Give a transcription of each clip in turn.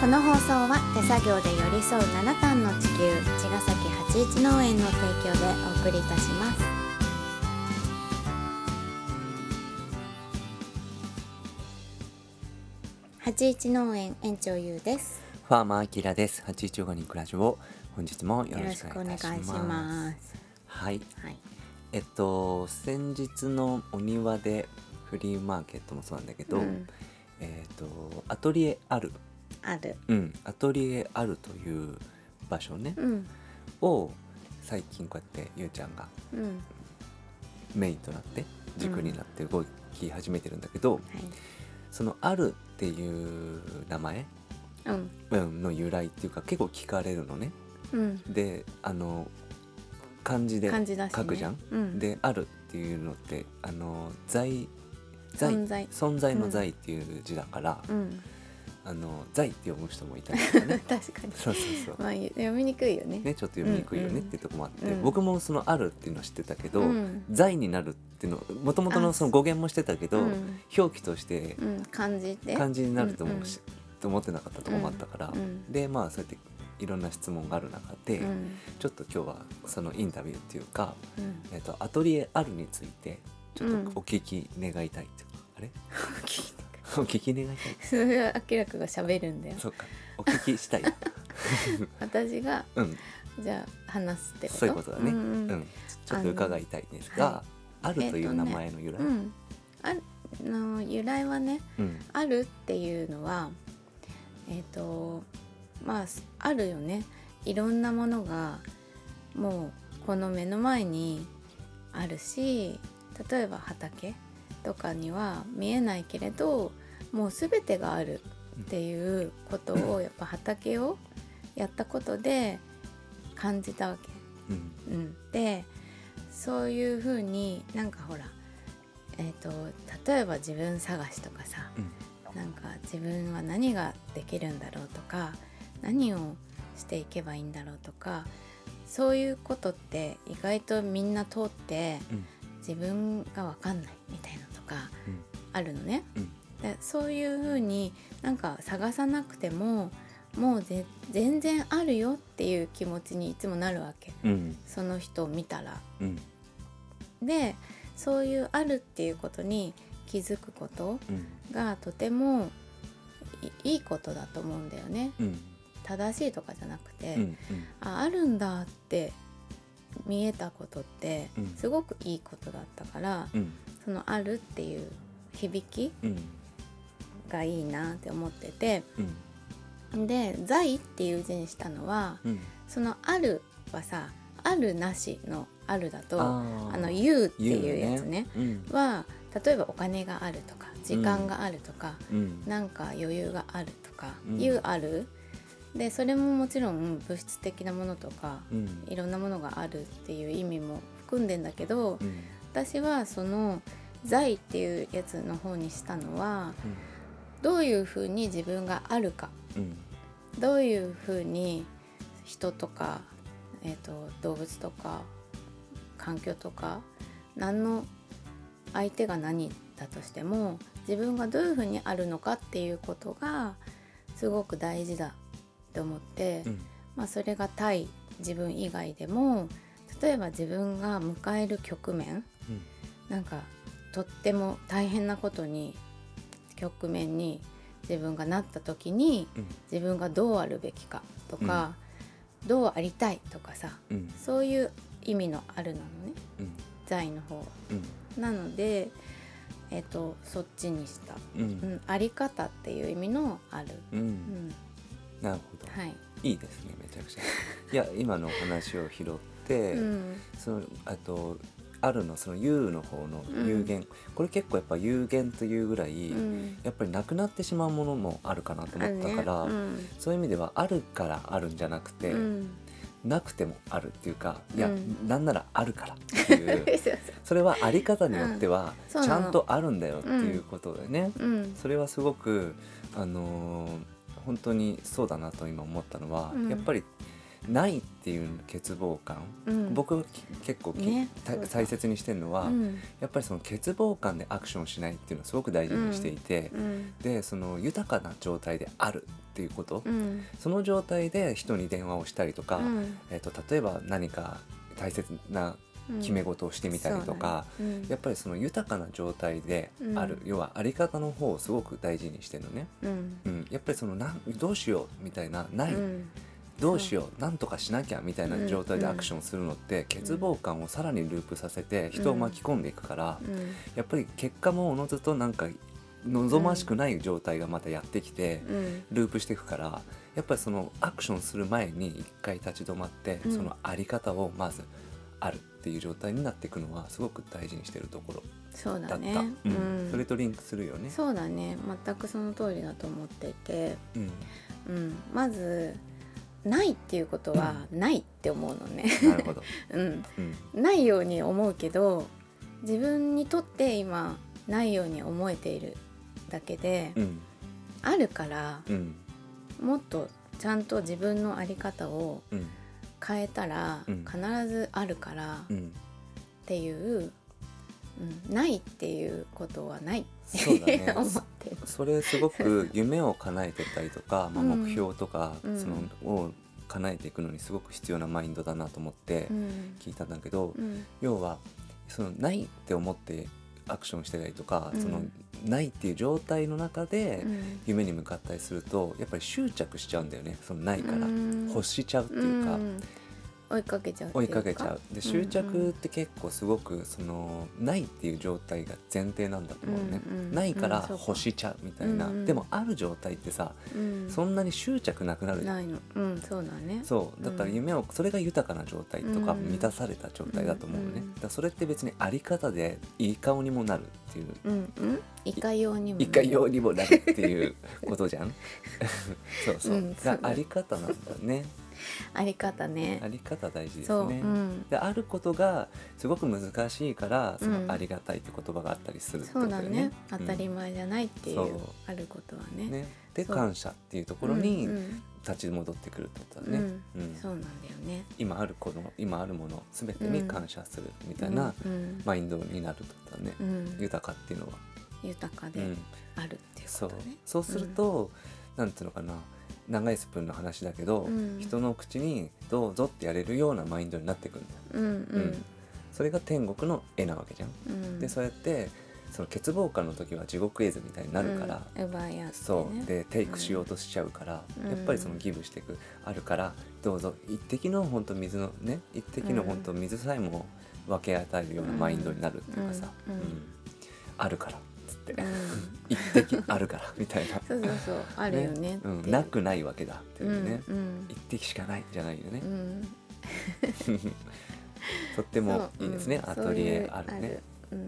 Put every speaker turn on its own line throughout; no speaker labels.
この放送は手作業で寄り添う七段の地球茅ヶ崎八一農園の提供でお送りいたします八一農園園長ゆうです
ファーマーアキラです。八一オーガニックラジオ、本日もよ
よ
ろ
ろ
し
し
く
く
お
お
願
願
い
い
し
し
ます。
ます
はい、
はい
えっと、先日のお庭でフリーマーケットもそうなんだけど、
うん
えっと、アトリエある、
ある
うん、アトリエあるという場所ね、
うん
を最近こうやってゆうちゃんが
うん
メインとなって軸になって動き始めてるんだけど、
はい
そのあるっていう名前、
うん
うん、の由来っていうか結構聞かれるのね。
うん
であの漢字で
感じだし、ね、
書くじゃん、
うん、
であるっていうのってあの在在
存在
存在の在っていう字だから、
うん
あの在って読む人もいたりとかね
確かに
そうそうそう
まあ読みにくいよね
ねちょっと読みにくいよねっていうとこもあって、
うんうん
僕もそのあるっていうのは知ってたけど、
うん
在になるっていうのもともとの
あ
その語源もしてたけど、
うん
表記として
うん、感じて
漢字になると
う
思
ん
うし、と思ってなかったとこもあったから、
うん
でまあそうやっていろんな質問がある中で、
うん
ちょっと今日はそのインタビューっていうか、
うん、
えっとアトリエあるについてちょっ
うん
とお聞き願いたいと、あれお聞き願いたい
それは 明らかが喋るんだよ
そうかお聞きしたい
私が
うん
じゃあ話すってこと
そういうことだね、
う
うんん
うん
ちょっと伺いたいんです
あのは
が
え
あ,、
っ
る
と
と
ね
いう名前の由来、
うんあの由来はね
うん
あるっていうのはえっ、とまああるよねいろんなものがもうこの目の前にあるし例えば畑とかには見えないけれどもう全てがあるっていうことをやっぱ畑をやったことで感じたわけ。
うん
うん、でそういうふうになんかほら、えー、と例えば自分探しとかさ
うん
なんか自分は何ができるんだろうとか何をしていけばいいんだろうとかそういうことって意外とみんな通って
うん
自分が分かんないみたいなとか
うん
あるのね。
うん
でそういうふうになんか探さなくてももうぜ全然あるよっていう気持ちにいつもなるわけ。
うん
その人を見たら
うん
でそういうあるっていうことに気づくこと
うん
がとてもいいいことだと思うんだよね
うん
正しいとかじゃなくて、
うん
ああるんだって見えたことって
うん
すごくいいことだったから、
うん
その「ある」っていう響き
うん
がいいなって思ってて
うん
で「在」っていう字にしたのは
うん
その「ある」はさ「あるなし」の「ある」だと「あ
あー
の「言う」っていうやつね
言うね
は例えばお金があるとか時間があるとか、
うんうん
なんか余裕があるとか、
うん
いうあるでそれももちろん物質的なものとか、
うん
いろんなものがあるっていう意味も含んでんだけど、
うん
私はその「財」っていうやつの方にしたのは
うん
どういうふうに自分があるか
うん
どういうふうに人とか、えー、と動物とか環境とか何の相手が何だとしても自分がどういうふうにあるのかっていうことがすごく大事だって思って、
うん
まあ、それが対自分以外でも例えば自分が迎える局面
うん
なんかとっても大変なことに局面に自分がなった時に
うん
自分がどうあるべきかとか、どうありたいとかさ
うん
そういう意味のあるなのね
うん
在の方は
うん
なので、えっとそっちにした、
う
うんん、あり方っていう意味のある、
う
うんん、
なるほど、
はい、
い、いですねめちゃくちゃいや今のお話を拾って、
うん、
そのあとあるのその U の方の
うん
有限、これ結構やっぱ有限というぐらい、
うん
やっぱりなくなってしまうものもあるかなと思ったから、
あるね
そういう意味ではあるからあるんじゃなくて、
うんうん
なくてもあるっていうかいや、
うん
なんならあるからっていう それはあり方によっては、
うんそう
ち
な
ゃ
の
んとあるんだよっていうことでね、
うん
それはすごく、あのー本当にそうだなと今思ったのは、
うん
やっぱりないってっていう欠乏感、
うん
僕はき結構き、
ね
た
そうだ
大切にしてるのは、
うん
やっぱりその欠乏感でアクションしないっていうのをすごく大事にしていて、
うん
でその豊かな状態であるっていうこと、
うん
その状態で人に電話をしたりとか、
うん
えっと例えば何か大切な決め事をしてみたりとか、、
うんそうだねうん
やっぱりその豊かな状態である、
う
要はあり方の方をすごく大事にしてるのね、
うん
うん、やっぱりそのなんどうしようみたいなない、
うん
どうしようなんとかしなきゃみたいな状態で
うん
アクションするのって、欠乏感をさらにループさせて人を巻き込んでいくから、
うん
やっぱり結果もおのずとなんか望ましくない状態がまたやってきて、
うん
ループしていくからやっぱりそのアクションする前に一回立ち止まって、
うん
そのあり方をまずあるっていう状態になっていくのはすごく大事にしてるところ
そう
だ
だ
った、
ね
う
うんん
それとリンクするよね。
そうだね全くその通りだと思っていて、
うん
うん、まずないっていうことはないって思うのね、
なるほど、
うん、
うん
ないように思うけど自分にとって今ないように思えているだけで、
うん
あるから
うん
もっとちゃんと自分の在り方を
うん
変えたら
うん
必ずあるからっ
うん
ていう、うん、ないっていうことはないって
そうだね
思ってる。
それすごく夢を叶えてったりとか、まあ、
うん
目標とか、
うん
そのを叶えていくのにすごく必要なマインドだなと思って
うん
聞いたんだけど、
うん
要はそのないって思ってアクションしてたりとか、
うん
そのないっていう状態の中で
うん
夢に向かったりするとやっぱり執着しちゃうんだよねそのないから、
うん
欲しちゃうっていうか、
ん追いかけちゃうって
追
い
いう
か
かけちゃうで
うんう
執
ん
着って結構すごくそのないっていう状態が前提なんだと思うね、
うんうん
ないから
うんそうか
欲しちゃうみたいな、
うんうん
でもある状態ってさ
うん
そんなに執着なくなるじゃん
ないのうんそうだね
そうだから夢を、それが豊かな状態とか
うん
満たされた状態だと思うのね、
うん
だからそれって別にあり方でいい顔にもなるっていう、
うんうんいかようにも
いかようにもなるっていうことじゃん そうそう、
うん
が
そう
あり方なんだね
あり方ね
あり方大事で
そう
す
う
ね、
ん
であることがすごく難しいからそ
うん
のありがたいって言葉があったりするって
そ
こと
う
だ
だ
よね,、
ね当たり前じゃないっていう
そう
あることは
うん
ね
ねで
そう
感謝っていうところ
う
に
ん
立ち戻ってくるってことだね、
うん
うん
そうなんだよね
今あるこの今あるもの全てに感謝するみたいな
うん
マインドになるってことだね、
うん
豊かっていうのは、
豊か
う
で
ん、
あるっていう
そ
こ
う
とね
そうすると、なんていうのかな長いスプーンの話だけど、
うん
人の口に「どうぞ」ってやれるようなマインドになってくるんだよ
うんう
うん
ん
それが天国の絵なわけじゃん、
うん
でそうやってその欠乏感の時は地獄絵図みたいになるから、
うん奪い合ってね
そうでテイクしようとしちゃうから、
うん
やっぱりそのギブしていくあるからどうぞ一滴の本当水のね一滴の
うん
本当水さえも分け与えるようなマインドになるっていうかさ、
うんうん
あるからっつって、
うん
一滴あるからみたいな
そうそうそうあるよね って
う
い
ん、なくないわけだっていうね、
うん
一滴しかないじゃないよね
う、ん
とっても
そう
いいですね、
うん
アトリエある
そういう
ね
ある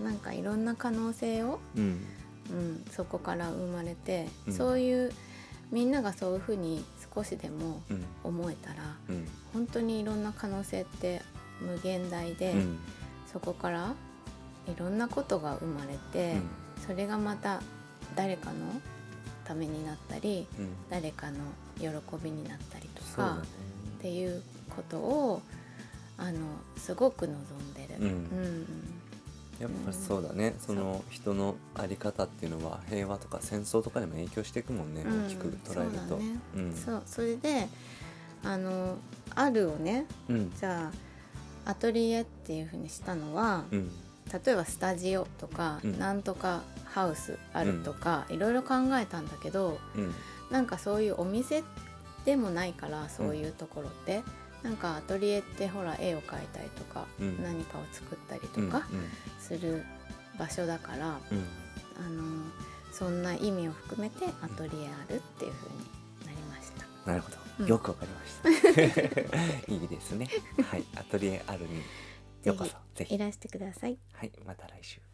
うんなんかいろんな可能性を、
うん、うん
うん、そこから生まれて、
うん
そういうみんながそういうふうに少しでも
うん
思えたら
うん
本当にいろんな可能性って無限大で、
うん
そこからいろんなことが生まれて、それがまた誰かのためになったり
うん
誰かの喜びになったりと
そうだ
か
ね。
っていうことをあのすごく望んでる。
うん
うん
やっぱそうだね、その人のあり方っていうのは平和とか戦争とかにも影響していくもんね、
うん
大きく捉える
そうだ
と。
ね
うん
そうそれであの「ある」をね
うん
じゃあアトリエっていうふうにしたのは、
うん
例えばスタジオとか、
うん
なんとかハウスあるとか、いろいろ考えたんだけど
うん
なんかそういうお店でもないからそういうところって、なんかアトリエってほら絵を描いたりとか、
うん
何かを作ったりと
うん
かする場所だから、
うんうん
あのそんな意味を含めてアトリエあるっていうふうになりました。
なるほ
う
ど、
ん
よくわかりま した。いいですね。はい、アトリエあるにようこそ、
い
ぜひ。
らしてください。
はい、また来週。